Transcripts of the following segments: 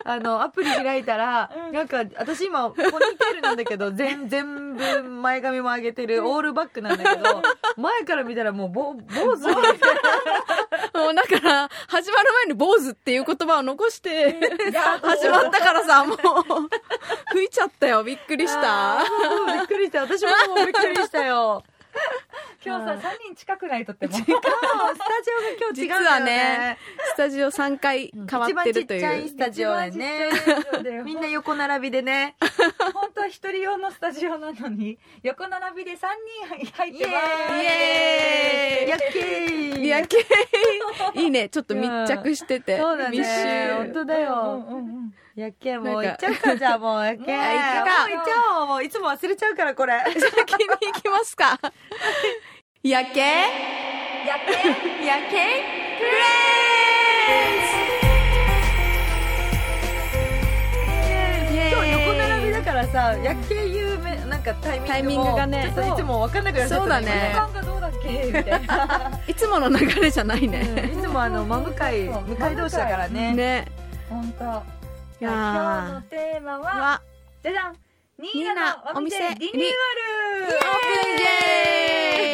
あの、アプリ開いたら、なんか、私今、ポニーテールなんだけど、全、全部前髪も上げてる、オールバックなんだけど、前から見たらもう、ぼ、坊主みたいもうだから、始まる前に坊主っていう言葉を残して、始まったからさ、もう、吹いちゃったよ。びっくりしな。た。もうびっくりした。私ももうびっくりしたよ。今日さ、3人近くないとっても。スタジオが今日違実うんだはよねね。、スタジオ3回変わってると一番ちっちゃい。いうスタジオでね。みみんんなな横並びでね。本当は一人用のスタジオなのに、横並びで3人入っイてます。エーイやっけーいや、けいいね。ちょっと密着してて。そうだ密ね。本集。当だよ。うんうんうんやっけーもう行なんっかちゃうか、じゃあもうやっけー。もうっ行もう行っちゃおう。もういつも忘れちゃうから、これ。先に行きますか。やけやっけやけフレ今日横並びだからさ、やっけー有名、なんかタイミングも。タイミングがねちょっといつも分かんなくなっちゃった。そうだね感がどうだっけみたいな。ンズいつもの流れじゃない今ね。ね。うんいつもあの、真向かい、そう向かい同士だからね。ね。本当。い今日のやテーマー。は、は、じゃじゃんニーナのお店ニーナお店リニューアルオープンイ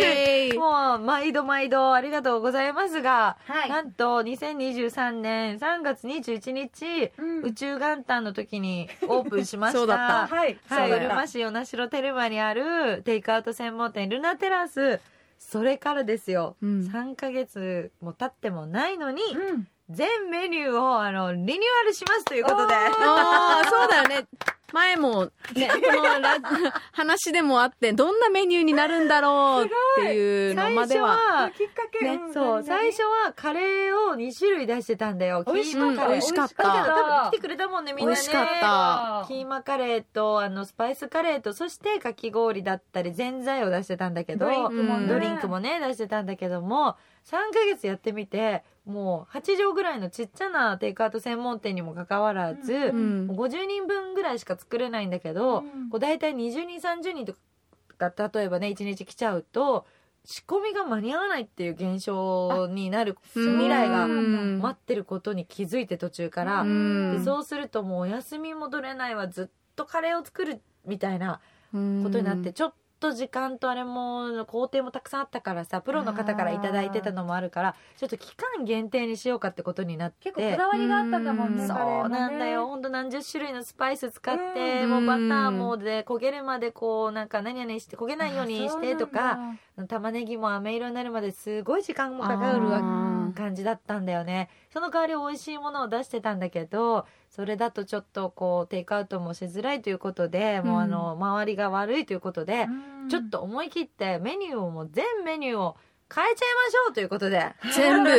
エーイもう、毎度毎度ありがとうございますが、はいなんと、2023年3月21日、うん宇宙元旦の時にオープンしました。そうだったはい、はそうい、うだるよま市与那城テルマにあるテイクアウト専門店ルナテラス。それからですよ、うん3ヶ月も経ってもないのに、うん、全メニューをあのリニューアルしますということで。あーそうだよね。前も、ね、このラ 話でもあって、どんなメニューになるんだろうっていうの最ま初では。は、きっかけ、ねん、そう、何々最初はカレーを2種類出してたんだよ。美味しかった、うん美味しかっただから多分来てくれたもんね、みんなね。美味しかったキーマカレーと、あの、スパイスカレーと、そしてかき氷だったり、ぜんざいを出してたんだけど、ドリンクもうね、んドリンクもね、出してたんだけども、3ヶ月やってみて、もう8畳ぐらいのちっちゃなテイクアウト専門店にもかかわらず、ううんもう50人分ぐらいしか作れないんだけど、うんこう大体20人30人とか例えばね1日来ちゃうと仕込みが間に合わないっていう現象になるうん未来がうん待ってることに気づいて途中から、うんでそうするともうお休みも取れないわずっとカレーを作るみたいなことになって、ちょっと時間とあれも工程もたくさんあったからさプロの方から頂いただいてたのもあるからちょっと期間限定にしようかってことになって結構こだわりがあったんだもんねうんそカレーもうねなんだよほんと何十種類のスパイス使って、うんもうバターもで焦げるまでこうなんか何々して焦げないようにしてとか玉ねぎも飴色になるまですごい時間もかかるわあー感じだったんだよねその代わり美味しいものを出してたんだけどそれだとちょっとこうテイクアウトもしづらいということで、もうあの周りが悪いということで、うんちょっと思い切ってメニューをもう全メニューを変えちゃいましょうということで全 部、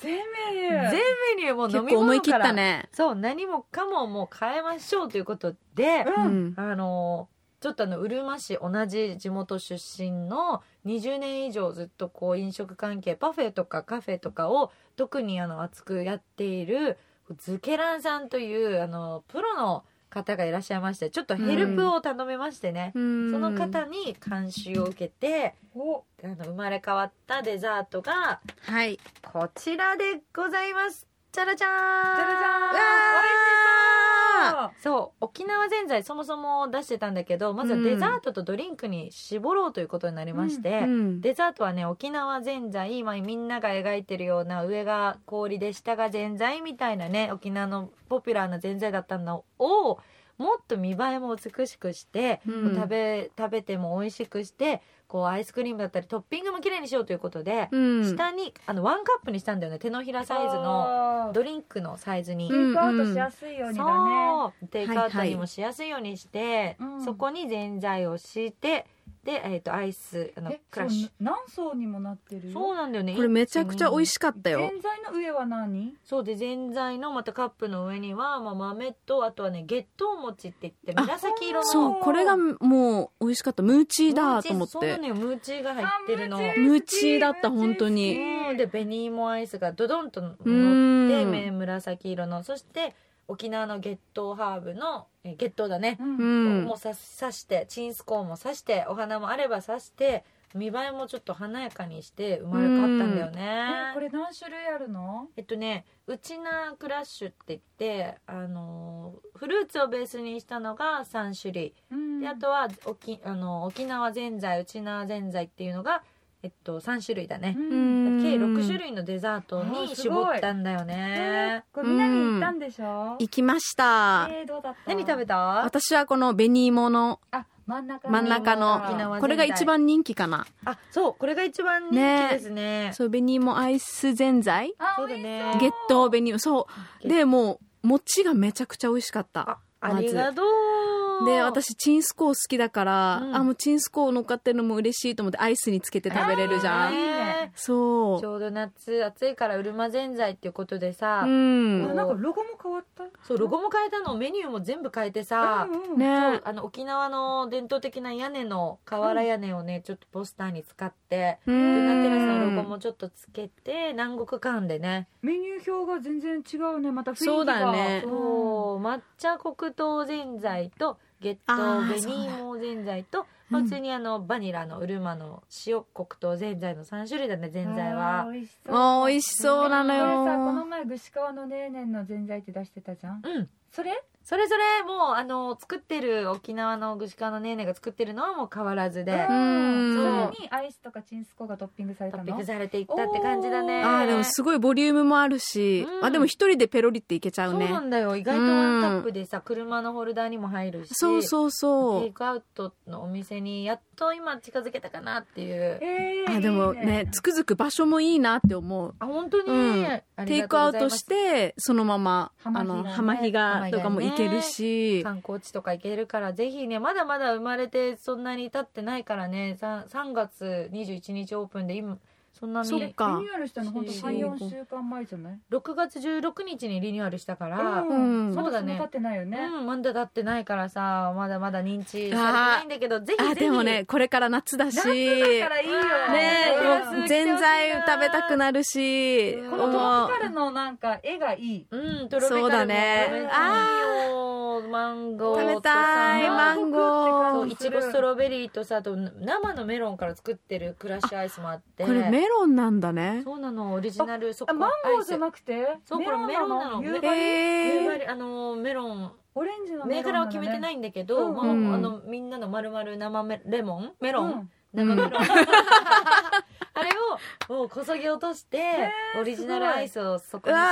全メニュー全メニューも結飲み構思物い切っからたね。そう、何もかももう変えましょうということで、うんあのー、ちょっとあの、うるま市同じ地元出身の20年以上ずっとこう飲食関係、パフェとかカフェとかを特にあの、熱くやっている、ズケランさんというあの、プロの方がいらっしゃいまして、ちょっとヘルプを頼めましてね、そその方に監修を受けて、おあの、生まれ変わったデザートがはい。こちらでございます。チャラチャーンじゃらじわゃーーんそう沖縄ぜんざいそもそも出してたんだけどまずはデザートとドリンクに絞ろうということになりまして、うんデザートはね沖縄ぜんざい今みんなが描いてるような上が氷で下がぜんざいみたいなね沖縄のポピュラーなぜんざいだったのをもっと見栄えも美しくして、うん食べ食べても美味しくしてこうアイスクリームだったりトッピングも綺麗にしようということで、うん下にあのワンカップにしたんだよね手のひらサイズののドリンクのサイズに。うテんイクアウトしやすいようにだね、そうテイクアウトにもしやすいようにして、はいはいうんそこにぜんざいを敷いてで、えー、とアイスあのえクラッシそう何層にもなってるュよそうなんだよねこれめちゃくちゃ美味いしかったよ。全材の上は何そうでぜんざいのまたカップの上には、まあ、豆とあとはね月桃餅って言ってあ紫色のそう、これがもう美味しかった。ムーチーだと思っムーチそうなての。よムーチーが入ってるのあムーチムーチーだった、本当チに。うんで紅芋アイスがドドンと乗ってうん目紫色のそして沖縄の月桃ハーブのえー月桃だねうんうん。もうさ刺してチンスコーンも刺してお花もあれば刺して見栄えもちょっと華やかにして生まれ変わったんだよねえこれ何種類あるのえっとねウチナークラッシュって言ってあのーフルーツをベースにしたのが3種類うんであとは沖あの沖縄ぜんざいウチナーぜんざいっていうのが、えっと、3種類だね、うん計6種類のデザートあにーす絞ごいったんだよえねこれみんなに行ったんでしょ行きました。えーどうだった何食べた私はこの紅芋のあ真ん中真ん中の沖縄ぜんざいこれが一番人気かな。あそうこれが一番人気ですねそう、紅芋アイスぜんざいあそうだねゲット紅芋。そう。で、もう、餅がめちゃくちゃ美味しかったあ。ありがとうで、私、チンスコー好きだから、うんあ、もうチンスコー乗っかってるのも嬉しいと思って、アイスにつけて食べれるじゃあーん。ねそちう。ょうど夏暑いからうるまぜんざいっていうことでさ、うん。あなんかロゴも変わったそうロゴも変えたのメニューも全部変えてさ、うんうんねあの沖縄の伝統的な屋根の瓦屋根をね、ちょっとポスターに使ってうルんナテラスのロゴもちょっとつけて南国感でね、メニュー表が全然違うねまた雰囲気がそうだねうんそう抹茶黒糖ぜんざいと月あ桃ー紅芋ぜんざいと、まあうん普通にあのバニラのうるまの塩黒糖ぜんざいの3種類だねぜんざいあはー。美味しそうあー美味しそうなのこれさこよの。前串川のねーねんのぜんざいって出してたじゃんうん、それそれぞれもうあの作ってる沖縄の具志川のネーネーが作ってるのはもう変わらずでう、んそれにアイスとかチンスコがトッピングされトたッのピングされていったって感じだねおあーでもすごいボリュームもあるし、うんあでも一人でペロリっていけちゃそううなねんだよ意外とワンカップでさ、車のホルダーにも入るしそうそうそうテイクアウトのお店にやっと今近づけたかなっていうえーあでもいいねつくづく場所もいいなって思うあ本当に、うんあテりイがとうクアごウざいまトすしてそのままあの浜浜比比嘉ね嘉とかも行けるし、観光地とか行けるからぜひねまだまだ生まれてそんなに経ってないからね 3, 3月21日オープンで今そんなにそっかリニューアルしたの本当三四週間前じゃない6月16日にリニューアルしたから、んまそうだねそんな経ってないよね、うん、まだ経ってないからさまだまだ認知されてあーないんだけどぜひぜあひでもねこれから夏だし夏だからいいよねねもうぜんざい食べたくなるしうんこのトロもうピカルのなんか絵がいいうんトロピカルそうだねああマンゴー食とべたいさマンゴそうーいちごストロベリーとさあと生のメロンから作ってるクラッシュアイスもあってこれメロンなんだねそうなのオリジナルそこあマンゴーじゃアイなくてそうこれメロンなのメロンえ夕ス張夕ー、張あのメロンオレンジの銘柄は決めてないいんだけど、うんまあうんあのみんなの丸々生メレモンメロン、うん生メロン、 あれをもうこそげ落として、ーオリジナルアイスをそこうに敷いてわ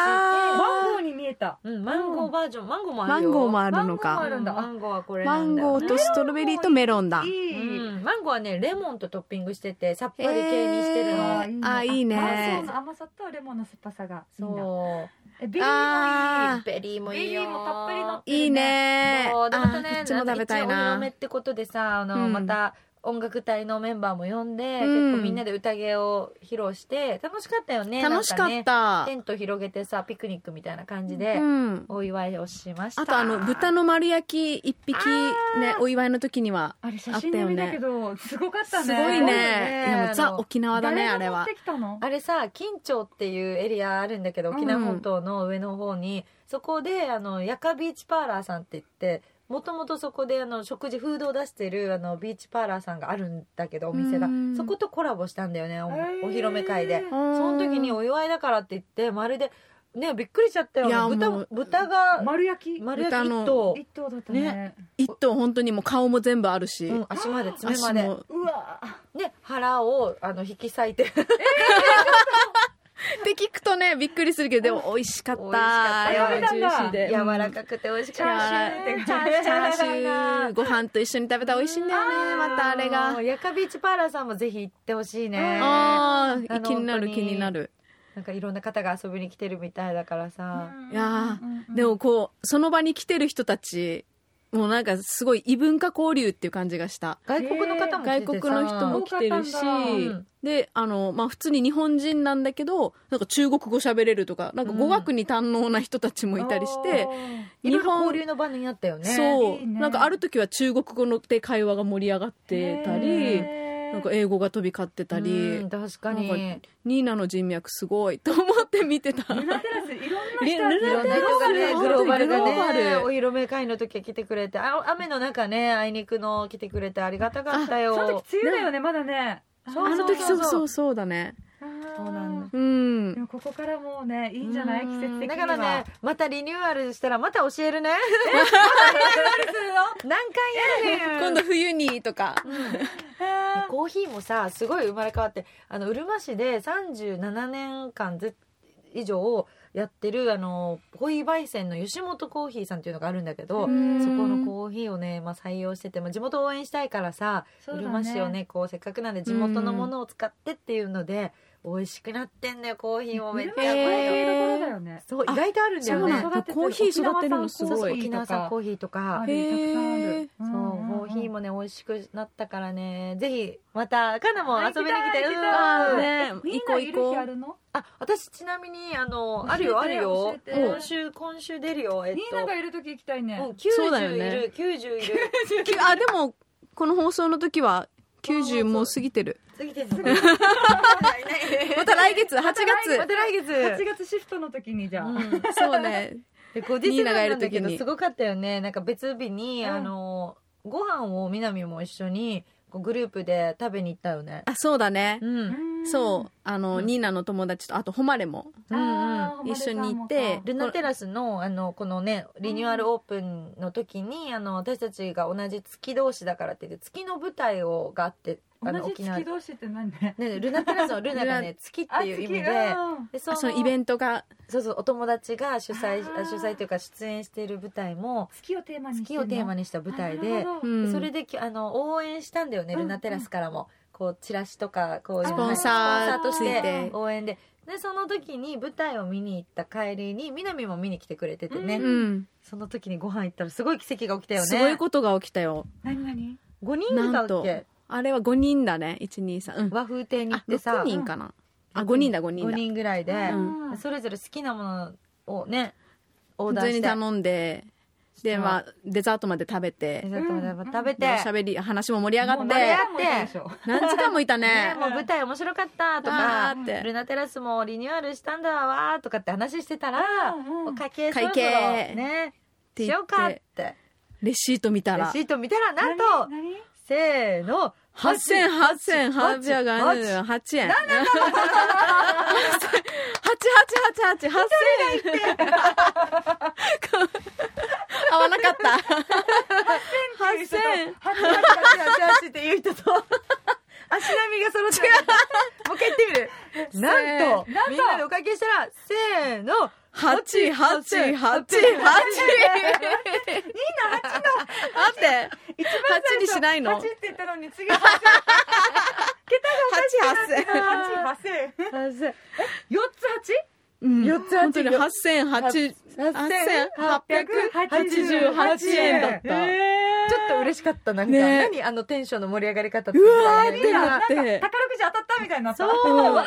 マンゴーに見えたうん、マンゴーバージョン、マンゴーもあマるよンゴーもあるのマンゴーもあかるんだうんマンゴーはこれマなんンだよゴねーとストロベリーとメロンだいい、うん、マンゴーはねレモンとトッピングしててさっぱり系にしてえるの、ーあいいねマンゴーの甘さとレモンの酸っぱさがいいんだそうえベリーもいあいベリーもベいいリよーもたっぷりのってるいいねそうでまたあーこねっちも食べたいあの一応お披な露目ってことでさあの、うんまた音楽隊のメンバーも呼んで、うん結構みんなで宴を披露して楽しかったよね楽しかなんっね、た、テント広げてさピクニックみたいな感じでうんお祝いをしました、あとあの豚の丸焼き一匹ねお祝いの時にはあれ写真で見たけどすごかっすたねごいすごいねねいやもあうザの沖縄だねあ誰れが持っはてきたのあれさ金町っていうエリアあるんだけどうん沖縄本島の上の方に、そこであのヤカビーチパーラーさんって言ってもともとそこであの食事フードを出してるあのビーチパーラーさんがあるんだけどお店がうんそことコラボしたんだよねお,、えーお披露目会でそその時にお祝いだからって言ってまるでねびっくりしちゃったよいや豚もう豚が丸焼き丸焼き豚の1頭一頭だったねね一頭本当にもう顔も全部あるし、うん、足まで爪ま足でもうわぁで腹をあの引き裂いてって聞くとねびっくりするけどでも美味しかった美味しかったよジューシーで柔らいかくて美味しチかャったーシューチャーシューチャーシューご飯と一緒に食べたら美味しいんだよねまたあれもがうヤカビーチパーラーさんもぜひ行ってほしいねなああーの気になる本当気にになるんかいろんな方が遊びに来てるみたいだからさ、いやーうんうんでもこうその場に来てる人たちもうなんかすごい異文化交流っていう感じがした外国の方も来て外て国さの人も来てるし多かったんだうんであの、まあ、普通に日本人なんだけどなんか中国語喋れるとかなんか語学に堪能な人たちもいたりして、い日ろんな本交流の場にあったよねそういいねなんかある時は中国語ので会話が盛り上がってたりへーなんか英語が飛び交ってたり、うん確かになんニーナの人脈すごいと思って見てたルナテラスいろんなリ人ルいろナんテなラ人がねスグローバルがグローバねルお披露目会の時は来てくれてあ雨の中ねあいにくの来てくれてありがたかったそのよ時梅雨だよねまだねあの時そうそうそうだねそそうなんだうんでもここからもうねいいんじゃなういん季節的だにはから ね、またリニューアルしたらまた教えるね。何回やるねん今度冬にとかあーコーヒーもさ、すごい生まれ変わって、あの、うるま市で37年間ず以上やってる、あの、コーヒー焙煎の吉本コーヒーさんっていうのがあるんだけど、うんそこのコーヒーをね、まあ、採用してて、まあ、地元を応援したいからさ、 そううるだま市をね、こう、せっかくなんで地元のものを使ってっていうので、美味しくなってんだよ、コーヒーもめっちゃ。へーこういうところだよねそう、意外とあるんだそうよなねん。だ育ててるコーヒー育てるのすそうごそうい沖縄産コーヒーとかあるたくさんあるへーそうコーヒーもね美味しくなったからねぜひまたかなも遊びに来て行きたい行きうんたいあねねみん行こなうい行るこ日あうるのあ私ちなみにあの教えあてるよあるよ教えて今週今週出るよえっみんとながいる時行きたいねうんそうだよ90いねる90いるきあでもこの放送の時は90もう過ぎてる次ですまたまた来月8月 来8月月シフトの時にじゃあ、うんそうねで5時世代なんだニーナけがいる時どにすごかったよねなんか別日に、うんあのご飯をみなみも一緒にこうグループで食べに行ったよねあそうだねうんそうあのニーナの友達とあとホマレもうんうんあー一緒に行ってルナテラスのあのこのねリニューアルオープンの時に、あの私たちが同じ月同士だからって言って月の舞台をがあってあ同のじ沖縄月ね同士って何ねルナテラスのルナがね月っていう意味ででそあそのインベントがトそうそうお友達が主催あーあ主催というか出演している舞台も月をテーマにして月をテーマにした舞台でうんでそれできあの応援したんだよね、うんルナテラスからもこうチラシとかこうスいろんポなンサースポンサーとつしいてて応援ででその時に舞台を見に行った帰りに南も見に来てくれててね、ううんその時にご飯行ったらすごい奇跡が起きたよねすごいことが起きたよ何何5人いたなんっとけあれは5人だね123うん和風亭に行っあてさ6人かなあ5人だ5人5だ人ぐらいで、うんそれぞれ好きなものをねオー普ダー通しにて頼んででまあデザートまで食べてデザートまで食べて、喋り話も盛り上がもっう盛り上てがっ何時間もいた ねねもう舞台面白かったとあかーっ「ルてナテラスもリニューアルしたんだわ」とかって話してたら「お会計そろそろ会計ねてし言ってようか」ってレシート見たレらシート見たらなんとせーの8888円88888888合わなかった8000 8888っていう人と 足並みが揃ってなかったもう一回言ってみるなんとせーのみんなでお会計したらせーの八八八八。待って、八にしないの。 8八って言ったのに次は八千。 8 8 8888 4つうん四つ八千本当に八千八八千八百八十八円だった。えちょっと嬉しかったなんか、ね何あのテンションの盛り上がり方ってうわーっみてんななっー、て、宝くじ当たったみたいになったそうわ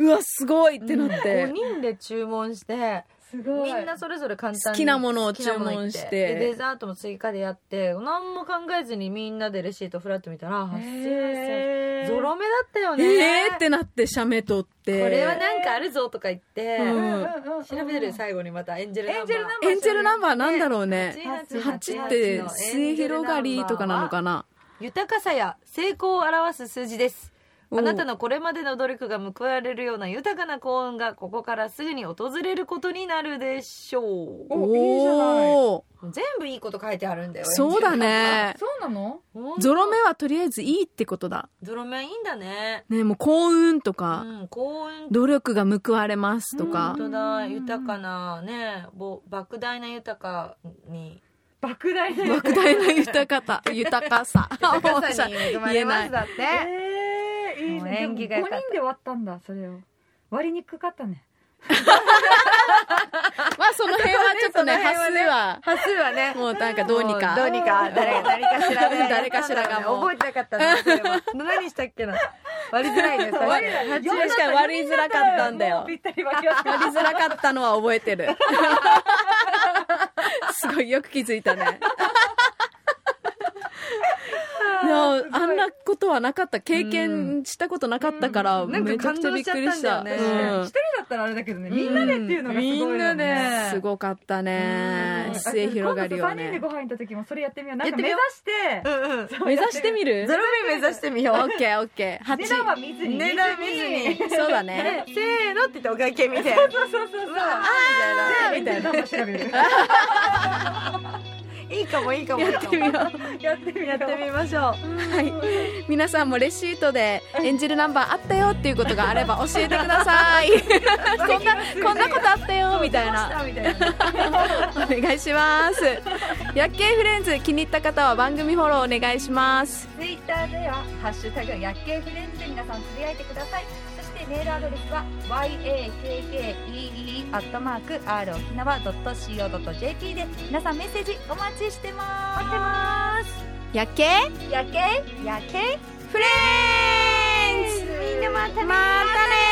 うわすごいってなっ5て、人で注文してすごみいんなそれぞれ簡単好にきなものを好きなもの注文言ってしてでデザートも追加でやって何も考えずにみんなでレシートフラッと見たら8800へーゾロ目だったよねえーってなって写メ撮って、これはなんかあるぞとか言って、うん調べてる最後にまたエンジェルナンバーエンジェルナンバエンジェルナンバーなんだろうね。 8888八って末広がりとかなのかな。豊かさや成功を表す数字ですおあなたのこれまでの努力が報われるような豊かな幸運がここからすぐに訪れることになるでしょうおいいじゃないおー全部いいこと書いてあるんだよそうだね。そうなのほんとゾロ目はとりあえずいいってことだ。ゾロ目いいんだねね、もう幸運とうか、ん幸運努力が報われますとか本うん当だ豊かなねぼ莫大な豊かに莫大な莫大な豊かさ豊かさ豊かさに恵まれますだってえー、いいもうね。縁起が良かったでも五人で割ったんだ、それを。割りにくかったね。まあその辺はちょっとねその端辺数はねは端数はねもうなんかどうにかもどうにか誰誰かしらね誰かしらがもう覚えてなかったなそれは何したっけな割りづらいね最初割りづらい八人しか割りづらかったんだよもうぴったり割りやすかっ割りづらかったのは覚えてるすごいよく気づいたねでもあんななことはなかった経験したことなかったから、うんなんかめちゃくちゃびっくりした感動しちゃったんだ一、ようん人だったらあれだけどね、みんなでっていうのがすごいようね。んみんなですごかったねうん末広がりを今度さ三人でねご飯行った時もそれやってみよう。なんやかって目みよう指して、うんうん。目指してみるゼロ目目指してみよオう。ッケーオッケー八値段は見ずに。値段見ずに。そうだねねせーのって言ってお会計見て。そうそうそうそう。あみたいな。みたいな。調べる。ーいいかもいいかも。やってみようやってみよう。やってみましょう。はい皆さんもレシートで演じるナンバーあったよっていうことがあれば教えてくださいこんなこんなことあったよみたいなみたいな。お願いします薬系フレンズ気に入った方は番組フォローお願いしますツイッターでは「ハッシュタグ薬系フレンズ」で皆さんつぶやいてくださいそしてメールアドレスは yakkee.r 沖縄 .co.jp で皆さんメッセージお待ちしてます待ってます薬系薬系薬系フレンズみんなまたねまたね